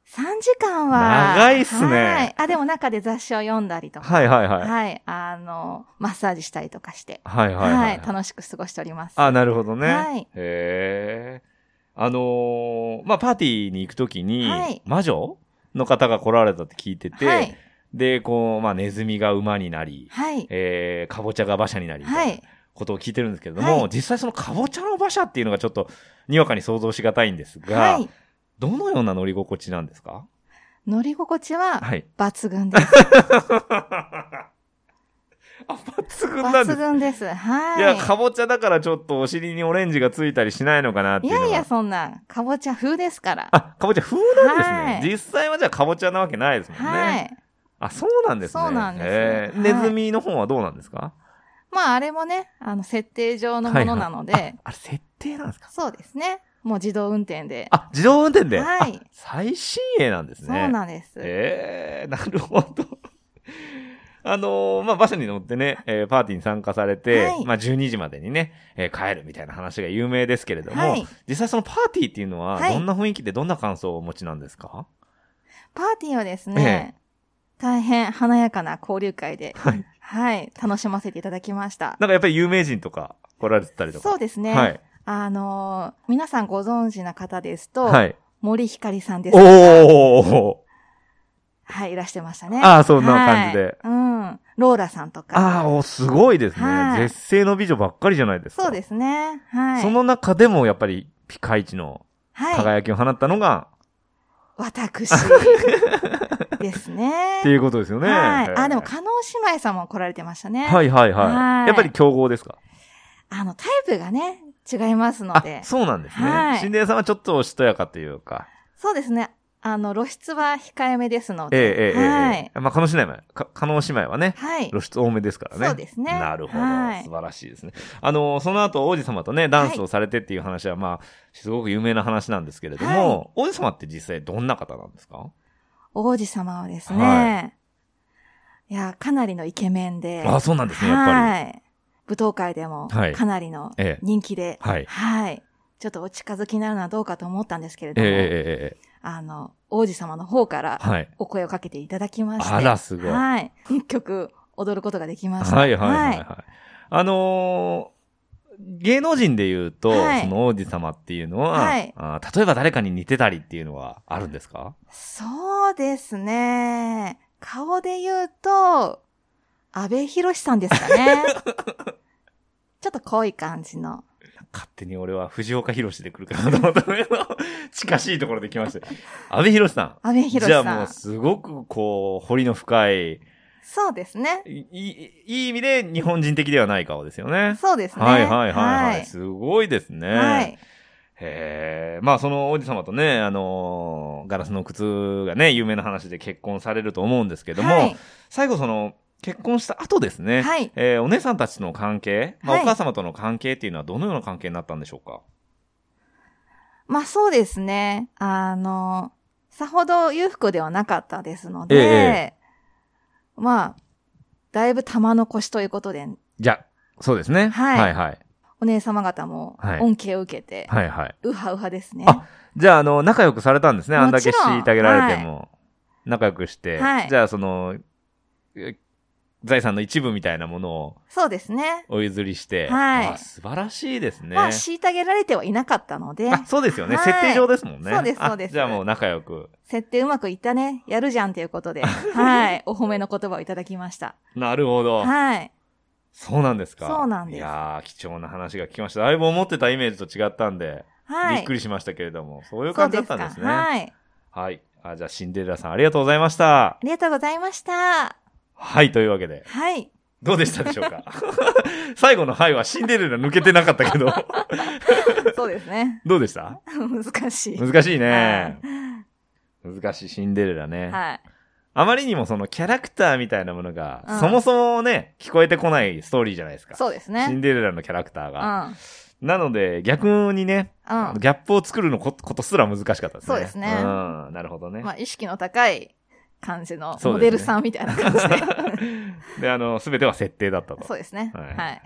Speaker 2: ?3 時間は。
Speaker 1: 長いっすね
Speaker 2: はい。あ、でも中で雑誌を読んだりとか。
Speaker 1: はいはいはい。
Speaker 2: はい。あの、マッサージしたりとかして。
Speaker 1: はいは
Speaker 2: はいい、
Speaker 1: はい。
Speaker 2: 楽しく過ごしております。
Speaker 1: あ、なるほどね。
Speaker 2: はい
Speaker 1: へえ。あのーまあ、パーティーに行くときに、
Speaker 2: はい
Speaker 1: 魔女の方が来られたって聞いてて、
Speaker 2: はい。
Speaker 1: で、こう、まあ、ネズミが馬になり、
Speaker 2: はい。
Speaker 1: えー、かぼちゃが馬車になり、みた
Speaker 2: はい。
Speaker 1: ないことを聞いてるんですけれども、
Speaker 2: はい
Speaker 1: 実際そのかぼちゃの馬車っていうのがちょっと、にわかに想像しがたいんですが、
Speaker 2: はい。
Speaker 1: どのような乗り心地なんですか
Speaker 2: 乗り心地は
Speaker 1: はい。
Speaker 2: 抜群です。
Speaker 1: あ、抜群なんです。
Speaker 2: 抜群です。はい。
Speaker 1: いや、かぼちゃだからちょっとお尻にオレンジがついたりしないのかなって
Speaker 2: い
Speaker 1: いうのが。
Speaker 2: やいや、そんな、かぼちゃ風ですから。
Speaker 1: あ、かぼちゃ風なんですね。
Speaker 2: はい
Speaker 1: 実際はじゃあかぼちゃなわけないですもんね。
Speaker 2: はい。
Speaker 1: あ、そうなんですね。
Speaker 2: そうなんです
Speaker 1: へー
Speaker 2: はい
Speaker 1: ネズミの方はどうなんですか
Speaker 2: まあ、あれもね、あの、設定上のものなので、
Speaker 1: はいはいああれ設定なんですか
Speaker 2: そうですね。もう自動運転で。
Speaker 1: あ、自動運転で。
Speaker 2: は
Speaker 1: あ
Speaker 2: い。
Speaker 1: 最新鋭なんですね。
Speaker 2: そうなんです。
Speaker 1: えー、なるほど。 あのーまあ、馬車に乗ってね、えーパーティーに参加されて、
Speaker 2: はい
Speaker 1: まあ、12時までにね、えー帰るみたいな話が有名ですけれども、
Speaker 2: はい
Speaker 1: 実際そのパーティーっていうのは、
Speaker 2: はい
Speaker 1: どんな雰囲気でどんな感想をお持ちなんですか
Speaker 2: パーティーはですね、大変華やかな交流会で、
Speaker 1: はい。
Speaker 2: はい、楽しませていただきました。
Speaker 1: なんかやっぱり有名人とか来られてたりとか。
Speaker 2: そうですね。
Speaker 1: はい。
Speaker 2: あのー皆さんご存知な方ですと、
Speaker 1: はい。
Speaker 2: 森ひかりさんですとか、
Speaker 1: おー
Speaker 2: はい、いらしてましたね。
Speaker 1: あーそんな感じで
Speaker 2: はいうん。ローラさんと
Speaker 1: あ
Speaker 2: か。
Speaker 1: あ、おすごいですね。
Speaker 2: はい
Speaker 1: 絶世の美女ばっかりじゃないですか。
Speaker 2: そうですね。はい。
Speaker 1: その中でもやっぱりピカイチの
Speaker 2: はい。
Speaker 1: 輝きを放ったのが、
Speaker 2: 私です ね。
Speaker 1: っていうことですよね。
Speaker 2: はい
Speaker 1: へ。ー
Speaker 2: あ、でも、加納姉妹さんも来られてましたね。
Speaker 1: はいはいはい。
Speaker 2: はい
Speaker 1: やっぱり競合ですか
Speaker 2: あの、タイプがね、違いますの
Speaker 1: あ
Speaker 2: で、。
Speaker 1: そうなんです
Speaker 2: は
Speaker 1: ね。
Speaker 2: い
Speaker 1: 神殿さんはちょっとおしとやかというか。
Speaker 2: そうですね。あの、露出は控えめですの
Speaker 1: えええ
Speaker 2: で。
Speaker 1: えええ
Speaker 2: は
Speaker 1: え
Speaker 2: い。
Speaker 1: え。まあ、可能姉妹は、か可能姉妹はね、
Speaker 2: はい。
Speaker 1: 露出多めですからね。
Speaker 2: そうですね
Speaker 1: なるほど。
Speaker 2: はい
Speaker 1: 素晴らしいですね。あの、その後、王子様とね、ダンスをされてっていう話は、まあ、すごく有名な話なんですけれども、王子様って実際どんな方なんですか、
Speaker 2: 王子様はです
Speaker 1: は
Speaker 2: ね、いや、かなりのイケメンで。
Speaker 1: ああ、そうなんですね、やっぱり。
Speaker 2: はい。舞踏会でも
Speaker 1: はい、
Speaker 2: かなりの
Speaker 1: ええ
Speaker 2: 人気で。
Speaker 1: はい
Speaker 2: はい。ちょっとお近づきになるのはどうかと思ったんですけれ
Speaker 1: え
Speaker 2: ど
Speaker 1: えええ
Speaker 2: も、
Speaker 1: えええ
Speaker 2: あの、王子様の方から
Speaker 1: え、はい。
Speaker 2: お声をかけていただきまして。
Speaker 1: あら、すごい。は
Speaker 2: はい。 一曲踊ることができ
Speaker 1: い
Speaker 2: ました。
Speaker 1: はいはいはい。あのー芸能人で言うと、
Speaker 2: はい
Speaker 1: その王子様っていうのは、
Speaker 2: はい
Speaker 1: あー例えば誰かに似てたりっていうのはあるんですか
Speaker 2: そうですね。顔で言うと、安倍博さんですか ね。ちょっと濃い感じの。
Speaker 1: 勝手に俺は藤岡弘で来るかなと思ったんだけど、 近しいところで来ました。安部寛さ
Speaker 2: 安倍
Speaker 1: ん。
Speaker 2: 博
Speaker 1: じゃ
Speaker 2: さ。
Speaker 1: あもうんすごくこう、彫りの深い、い
Speaker 2: そうですね。
Speaker 1: いいい意味で日本人的ではない顔ですよね。
Speaker 2: そうですね。
Speaker 1: はいはいはいはい。
Speaker 2: はい。
Speaker 1: すごいですね。
Speaker 2: はい
Speaker 1: へえ。まあその王子様とね、あのーガラスの靴がね、有名な話で結婚されると思うんですけども、
Speaker 2: はい
Speaker 1: 最後その、結婚した後ですね。
Speaker 2: はい
Speaker 1: えーお姉さんたちの関係、まあ、
Speaker 2: はい
Speaker 1: お母様との関係っていうのはどのような関係になったんでしょうか
Speaker 2: まあそうですね。あの、さほど裕福ではなかったですので、
Speaker 1: え
Speaker 2: まあ、だいぶ玉残しということで、
Speaker 1: じゃあ、そうですね。
Speaker 2: はい
Speaker 1: はいはい。
Speaker 2: お姉様方も
Speaker 1: はい
Speaker 2: 恩恵を受けて、
Speaker 1: はいはい。
Speaker 2: ウハウハですね。
Speaker 1: あじゃあ、あの、仲良くされたんですね。あんだけ
Speaker 2: もちろん
Speaker 1: 虐げられても。仲良くして。
Speaker 2: はい
Speaker 1: じゃあ、その、え財産の一部みたいなものを
Speaker 2: そうですね。
Speaker 1: お譲りして。
Speaker 2: はい
Speaker 1: あ素晴らしいですね。
Speaker 2: まあ、虐げられてはいなかったので、
Speaker 1: あそうですよね。
Speaker 2: はい
Speaker 1: 設定上ですもんね。
Speaker 2: そうです
Speaker 1: あ
Speaker 2: そうです
Speaker 1: じゃあもう仲良く。
Speaker 2: 設定うまくいったね、やるじゃんとい うことで、はい、お褒めの言葉をいただきました。
Speaker 1: なるほど。
Speaker 2: はい。
Speaker 1: そうなんですか。
Speaker 2: そうなんです
Speaker 1: いやー、貴重な話が聞きました。だいぶ思ってたイメージと違ったんで、
Speaker 2: はい。
Speaker 1: びっくりしましたけれども、そういう
Speaker 2: そう
Speaker 1: 感じだ
Speaker 2: で
Speaker 1: っ
Speaker 2: すか
Speaker 1: たんですね。はい。
Speaker 2: はい。
Speaker 1: あじゃあ、シンデレラさんありがとうございました
Speaker 2: あ。りがとうございました。
Speaker 1: はい、というわけで。
Speaker 2: はい。
Speaker 1: どうでしたでしょう か最後のはいはシンデレラ抜けてなかったけど、
Speaker 2: そうですね。
Speaker 1: どうでした
Speaker 2: 難しい。
Speaker 1: 難しいね。難しいシンデレラね。
Speaker 2: はい。
Speaker 1: あまりにもそのキャラクターみたいなものが、
Speaker 2: うん
Speaker 1: そもそもね、聞こえてこないストーリーじゃないですか。
Speaker 2: そうです
Speaker 1: シン
Speaker 2: ね。
Speaker 1: デレラのキャラクター
Speaker 2: う
Speaker 1: が。
Speaker 2: ん。
Speaker 1: なので、逆にね、
Speaker 2: うん
Speaker 1: ギャップを作るのこことすら難しかったですね。
Speaker 2: そうですね
Speaker 1: うん、なるほどね。
Speaker 2: まあ、意識の高い感じの
Speaker 1: そうですね
Speaker 2: モデルさんみたいな感じで。
Speaker 1: で、あの、すべては設定だったと。
Speaker 2: そうですね。
Speaker 1: はい
Speaker 2: はい。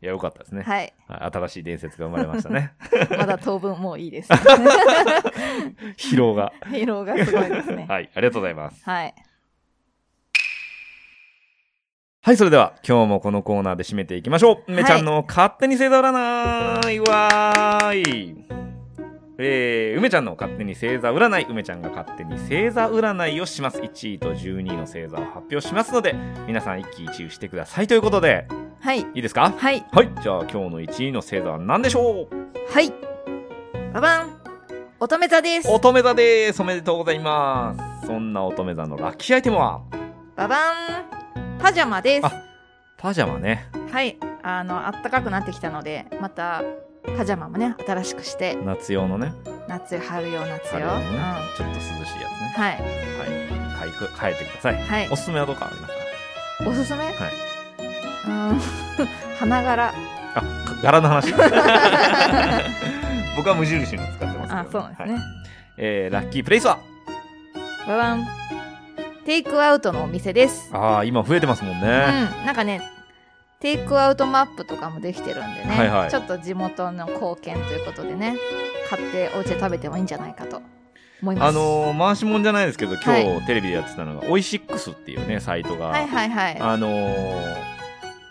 Speaker 1: いや、よかったですね。
Speaker 2: はい。
Speaker 1: はい新しい伝説が生まれましたね。
Speaker 2: まだ当分もういいです。
Speaker 1: 疲労が。
Speaker 2: 疲労がすごいですね。
Speaker 1: はい、ありがとうございます。
Speaker 2: はい。
Speaker 1: はい、それでは今日もこのコーナーで締めていきましょう。梅ちゃんの勝手に星座占いわーい。えー、梅ちゃんの勝手に星座占い、梅ちゃんが勝手に星座占いをします。1位と12位の星座を発表しますので、皆さん一喜一憂してくださいということで、
Speaker 2: はい。
Speaker 1: いいですか
Speaker 2: はい。
Speaker 1: はい、じゃあ今日の1位の星座は何でしょう
Speaker 2: はい。ババン乙女座です。
Speaker 1: 乙女座です。おめでとうございます。そんな乙女座のラッキーアイテムは
Speaker 2: ババンパジャマです。
Speaker 1: あパジャマね。
Speaker 2: はい。あの、あったかくなってきたので、また、パジャマもね、新しくして、
Speaker 1: 夏用のね。
Speaker 2: 夏よ、春よ、夏
Speaker 1: 春
Speaker 2: よ。う
Speaker 1: 用の
Speaker 2: ん。
Speaker 1: ね
Speaker 2: は
Speaker 1: ちょっと涼しいやつね。
Speaker 2: い。
Speaker 1: はい、買いく変えてください。
Speaker 2: はい
Speaker 1: お。すすめはどうかあります
Speaker 2: おすすめ
Speaker 1: か。はい。
Speaker 2: うん。 花柄。
Speaker 1: あ、か柄の 話。僕は無印の使ってますけど。
Speaker 2: あ、そうなんですね。
Speaker 1: はいえーラッキープレイスは。
Speaker 2: ババンテイクアウトのお店です。
Speaker 1: ああ、今増えてますもん
Speaker 2: うん。
Speaker 1: ね。
Speaker 2: なんかね、テイクアウトマップとかもできてるんでね、
Speaker 1: はいはい
Speaker 2: ちょっと地元の貢献ということでね、買ってお家で食べてもいいんじゃないかと思います。
Speaker 1: あのー、回しもんじゃないですけど、今
Speaker 2: は
Speaker 1: 日テレビでやってたのが、オイシックスっていうね、サイトが。
Speaker 2: はいはいはい。
Speaker 1: あのー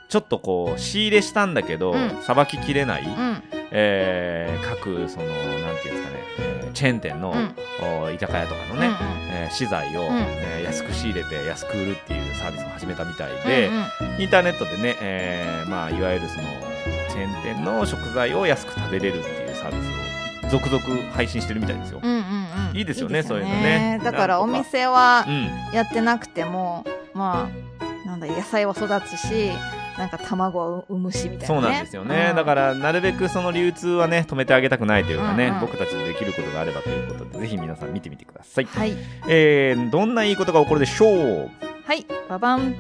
Speaker 1: ちょっとこう仕入れしたんだけど
Speaker 2: うん
Speaker 1: さば、ききれない、
Speaker 2: うん。
Speaker 1: えー各そのなんていうんですかね、えーチェーン店の、
Speaker 2: うん
Speaker 1: お居酒屋とかの
Speaker 2: うん
Speaker 1: ね、
Speaker 2: うん
Speaker 1: えー資材を、
Speaker 2: ん
Speaker 1: えー安く仕入れて安く売るっていうサービスを始めたみたいで、
Speaker 2: うんうん
Speaker 1: インターネットでね、えーまあ、いわゆるそのチェーン店の食材を安く食べれるっていうサービスを続々配信してるみたいですよ。
Speaker 2: うんうんうん
Speaker 1: いいですよねそういうのね
Speaker 2: だから
Speaker 1: な
Speaker 2: お
Speaker 1: んとか
Speaker 2: 店は
Speaker 1: うん
Speaker 2: やってなくても、まあなんだ野菜は育つしなんか卵を産むしみたいな、
Speaker 1: そ
Speaker 2: ね、
Speaker 1: うなんですよね、だかららなるべくその流通はね止めてあげたくないというかね、
Speaker 2: うんうん
Speaker 1: 僕たちでできることがあればということでぜひ皆さん見てみてください、
Speaker 2: はい
Speaker 1: えー、どんないいことが起こるでしょう
Speaker 2: はいババン、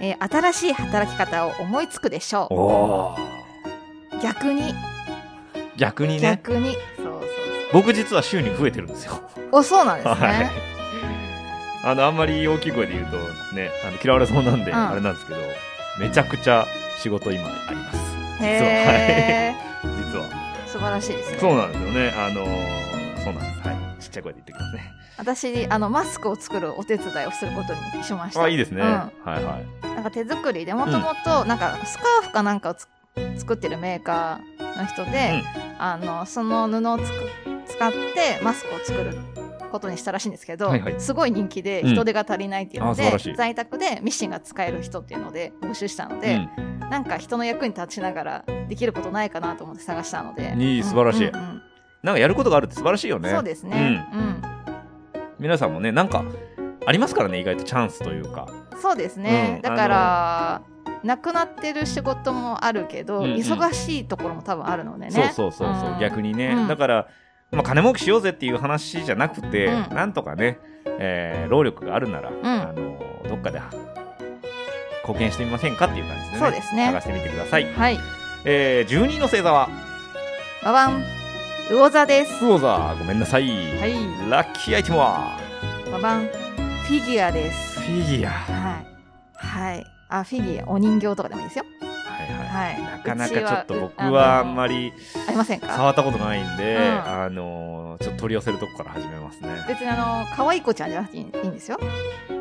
Speaker 2: えー新しい働き方を思いつくでしょ
Speaker 1: お
Speaker 2: う逆に
Speaker 1: 逆にね
Speaker 2: 逆にそうそう
Speaker 1: 僕実は週に増えてるんですよ、
Speaker 2: そうおそうなんですね、
Speaker 1: はいあのあんまり大きい声で言うとねあの嫌われそうなんで、
Speaker 2: うん
Speaker 1: あれなんですけどめちゃくちゃ仕事今あります
Speaker 2: へえ、
Speaker 1: 実は
Speaker 2: 素晴らしいですね
Speaker 1: そうなんですよねあのーそうなんですはいちっちゃい声で言ってくださいね
Speaker 2: 私あのマスクを作るお手伝いをすることに しました
Speaker 1: あいいですね、
Speaker 2: うん
Speaker 1: はいはい
Speaker 2: なんか手作りでもともとなんかスカーフかなんかをつ作ってるメーカーの人で、あのその布をつく使ってマスクを作ることにしたらしいんですけど、
Speaker 1: はいはい
Speaker 2: すごい人気で
Speaker 1: うん
Speaker 2: 人手が足りないっていうの
Speaker 1: あ素
Speaker 2: で
Speaker 1: 晴、らしい
Speaker 2: 在宅でミシンが使える人っていうので募集したので、なんか人の役に立ちながらできることないかなと思って探したので
Speaker 1: いい素晴らしい
Speaker 2: うんうん
Speaker 1: なんかやることがあるって素晴らしいよ
Speaker 2: うん
Speaker 1: ね。
Speaker 2: そうですね、うん
Speaker 1: 皆さんもね、なんかありますからね、意外とチャンスというか。
Speaker 2: そうですね、
Speaker 1: うん
Speaker 2: だからなくなってる仕事もあるけど、
Speaker 1: うんうん
Speaker 2: 忙しいところも多分あるのでね
Speaker 1: そうそうそうそう、逆
Speaker 2: に
Speaker 1: にね、
Speaker 2: うん
Speaker 1: だから、まあ、金儲けしようぜっていう話じゃなくて、
Speaker 2: うん
Speaker 1: なんとかね、えー労力があるなら、
Speaker 2: ん
Speaker 1: あのどっかでは貢献してみませんかっていう感じでね、
Speaker 2: そうですね
Speaker 1: 探してみてください。
Speaker 2: はい
Speaker 1: えー、12位の星座は、
Speaker 2: ババン魚座です
Speaker 1: スオザごめんなさい。
Speaker 2: はい
Speaker 1: ラッキーアイテムは、
Speaker 2: ババンフィギュアです
Speaker 1: フィギュア。
Speaker 2: はいはいあフィギュアお人形とかでもいいですよ
Speaker 1: はいは。
Speaker 2: はいい
Speaker 1: なかなかちょっと
Speaker 2: うちはう
Speaker 1: 僕はあ
Speaker 2: あの
Speaker 1: んまり、
Speaker 2: ありませんか
Speaker 1: 触ったことないんで、
Speaker 2: うん
Speaker 1: あのーちょっと取り寄せるとこから始めますね
Speaker 2: 別にあの可愛い子ちゃんじゃなくていいいいんですよ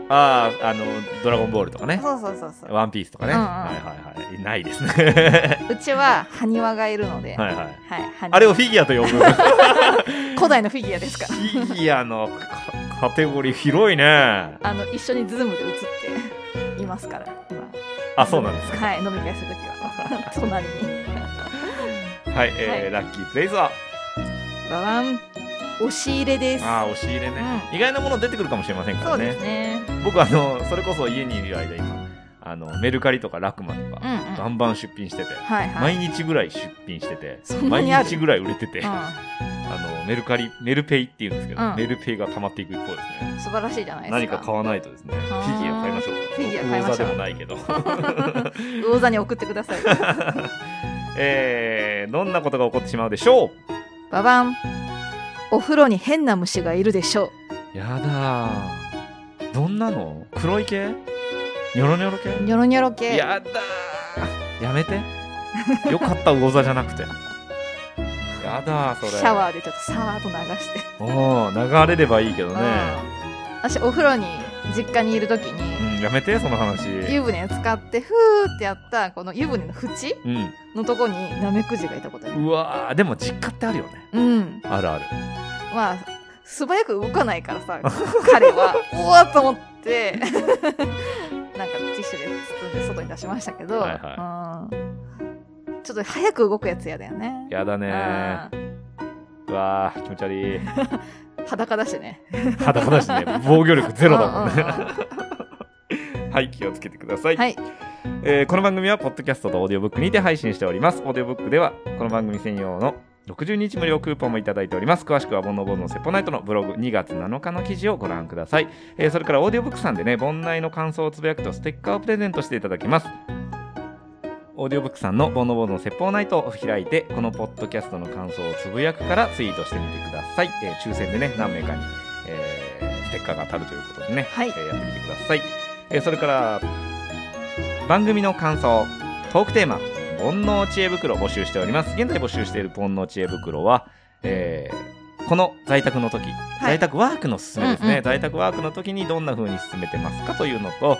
Speaker 1: あああのドラゴンボールとかね
Speaker 2: そうそうそうそう
Speaker 1: ワンピースとかね、
Speaker 2: うんうん
Speaker 1: はいはいはいないですね
Speaker 2: うちは埴輪がいるので、
Speaker 1: はいはい
Speaker 2: はい埴輪
Speaker 1: あれをフィギュアと呼ぶ
Speaker 2: 古代のフィギュアですか
Speaker 1: フ
Speaker 2: ら
Speaker 1: ィギュアのカカテゴリー広いね
Speaker 2: あの一緒にズームで映っていますから今
Speaker 1: あそうなんですか
Speaker 2: はい、飲み会するときは。 隣に。
Speaker 1: はい、えー
Speaker 2: はい
Speaker 1: ラッキープレイズは
Speaker 2: ババン、押し入れです。
Speaker 1: ああ押し入れね、意外なもの出てくるかもしれませんか
Speaker 2: そ
Speaker 1: ら
Speaker 2: うで
Speaker 1: ね
Speaker 2: すね。
Speaker 1: 僕あのそれこそ家にいる間今あのメルカリとかラクマと
Speaker 2: うん
Speaker 1: か、
Speaker 2: うん。
Speaker 1: バ
Speaker 2: は
Speaker 1: ンバン出品してて、
Speaker 2: いはい。
Speaker 1: 毎日ぐらい出品してて
Speaker 2: そんな
Speaker 1: 毎
Speaker 2: にある
Speaker 1: 日ぐらい売れてて、
Speaker 2: う
Speaker 1: あのメルカリメルペイっていうんですけど、
Speaker 2: うん
Speaker 1: メルペイが溜まっていく一方ですね
Speaker 2: ん、素晴らしいじゃないですか。
Speaker 1: 何か買わないとですねフ
Speaker 2: ー
Speaker 1: ィギュア買いましょう
Speaker 2: フィギュア買いましょ
Speaker 1: 僕口座
Speaker 2: う
Speaker 1: でもないけど
Speaker 2: 魚座に送ってください。
Speaker 1: えー、どんなことが起こってしまうでしょう
Speaker 2: ババン、お風呂に変な虫がいるでしょう。
Speaker 1: やだーどんなの黒い系ニョロニョロ系
Speaker 2: ニョロニョロ系。
Speaker 1: やだーやめてよかった、魚座じゃなくて。やだ、それ。
Speaker 2: シャワーでちょっとさーっと流して、
Speaker 1: ー。うん、流れればいいけど
Speaker 2: うん
Speaker 1: ね。
Speaker 2: 私お風呂に実家にいる時に、
Speaker 1: うん、やめて、その話。
Speaker 2: 湯船使ってふーってやったこの湯船の縁
Speaker 1: うん。
Speaker 2: のとこにナメクジがいたことある
Speaker 1: うわー、でも実家ってあるよね。
Speaker 2: うん
Speaker 1: あるある。
Speaker 2: まあ素早く動かないから さ彼はおわっと思って なんかティッシュで包んで外に出しましたけど、
Speaker 1: はい
Speaker 2: うん、ちょっと早く動くやつやだよね
Speaker 1: やだねー。うわー、気持ち悪い。
Speaker 2: うん裸だしね
Speaker 1: 裸だしね、防御力ゼロだもんね。
Speaker 2: うんうんうん
Speaker 1: はい、気をつけてください。
Speaker 2: はい
Speaker 1: えーこの番組はポッドキャストとオーディオブックにて配信しておりますオーディオブックではこの番組専用の60日無料クーポンもいただいております詳しくはボンノーボンのセポナイトのブログ2月7日の記事をご覧ください、えーそれからオーディオブックさんでね盆内の感想をつぶやくとステッカーをプレゼントしていただきますオーディオブックさんのボンノボンの説法ナイトを開いてこのポッドキャストの感想をつぶやくからツイートしてみてください、えー抽選でね何名かに、えーステッカーが当たるということでね、
Speaker 2: はい
Speaker 1: えーやってみてください、えーそれから番組の感想トークテーマ「煩悩知恵袋」を募集しております現在募集している煩悩知恵袋は、えーこの在宅の時、在宅ワークの進めですね、
Speaker 2: うんうん
Speaker 1: 在宅ワークの時にどんな風に進めてますかというのと、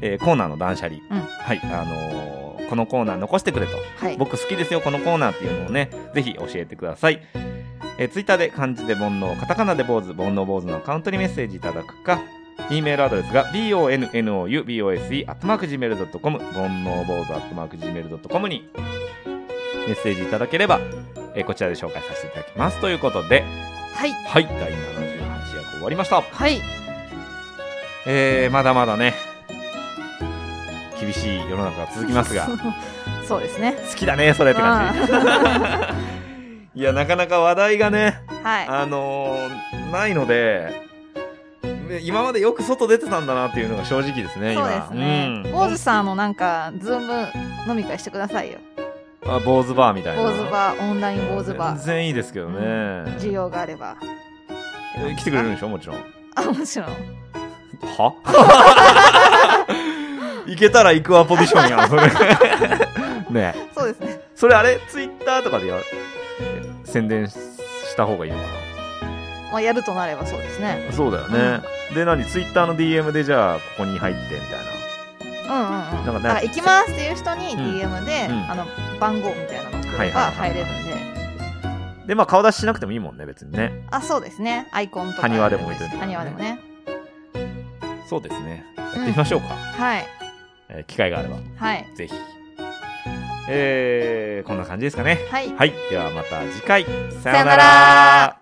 Speaker 1: えーコーナーの断捨離、
Speaker 2: うん
Speaker 1: はいあのーこのコーナー残してくれと
Speaker 2: はい
Speaker 1: 僕好きですよこのコーナーっていうのをねぜひ教えてくださいえー、ツイッターで漢字で煩悩カタカナで坊主煩悩坊主のアカウントにメッセージいただくか E メールアドレスが bonoubose.gmail.com 煩悩坊主 .gmail.com にメッセージいただければ、えーこちらで紹介させていただきますということで
Speaker 2: はい
Speaker 1: はい第78夜終わりました
Speaker 2: はい
Speaker 1: えー、まだまだね厳しい世の中が続きますが
Speaker 2: そうですね
Speaker 1: 好きだねそれって感じ いやなかなか話題がね
Speaker 2: は
Speaker 1: あのーないのでね今までよく外出てたんだなっていうのが正直です
Speaker 2: い
Speaker 1: ね
Speaker 2: そう
Speaker 1: 今
Speaker 2: ですね
Speaker 1: うん
Speaker 2: 坊主さんのなんかズーム飲み会してくださいよ
Speaker 1: あ坊主バーみたいな
Speaker 2: 坊主バーオンライン坊主バ
Speaker 1: 全
Speaker 2: ー
Speaker 1: 然いいですけどね、
Speaker 2: うん需要があれば
Speaker 1: え来てくれるんでしょもちろん
Speaker 2: あもちろん
Speaker 1: は 行けたら行くアポジションやんそれ ねえ
Speaker 2: そうですね
Speaker 1: それあれツイッターとかでや宣伝した方がいいのか
Speaker 2: まあやるとなればそうですね
Speaker 1: なそうだよね、で何ツイッターの DM でじゃあここに入ってみたいな
Speaker 2: うんうんうん
Speaker 1: んかね
Speaker 2: だから行きますっていう人に
Speaker 1: うん
Speaker 2: DM で、
Speaker 1: うん
Speaker 2: あの番号みたいなの
Speaker 1: はい
Speaker 2: が
Speaker 1: はいはいはい
Speaker 2: 入れるんで、
Speaker 1: でまあ顔出ししなくてもいいもんね別にね
Speaker 2: あそうですねアイコンとか
Speaker 1: 埴輪でも置いといて
Speaker 2: ハニワでもね
Speaker 1: そうですねや
Speaker 2: うん
Speaker 1: ってみましょうか、
Speaker 2: はい
Speaker 1: えー機会があれば
Speaker 2: はい
Speaker 1: ぜひえー、こんな感じですかね
Speaker 2: はい
Speaker 1: はいではまた次回さ
Speaker 2: さよ
Speaker 1: よ
Speaker 2: な
Speaker 1: な
Speaker 2: ら
Speaker 1: ら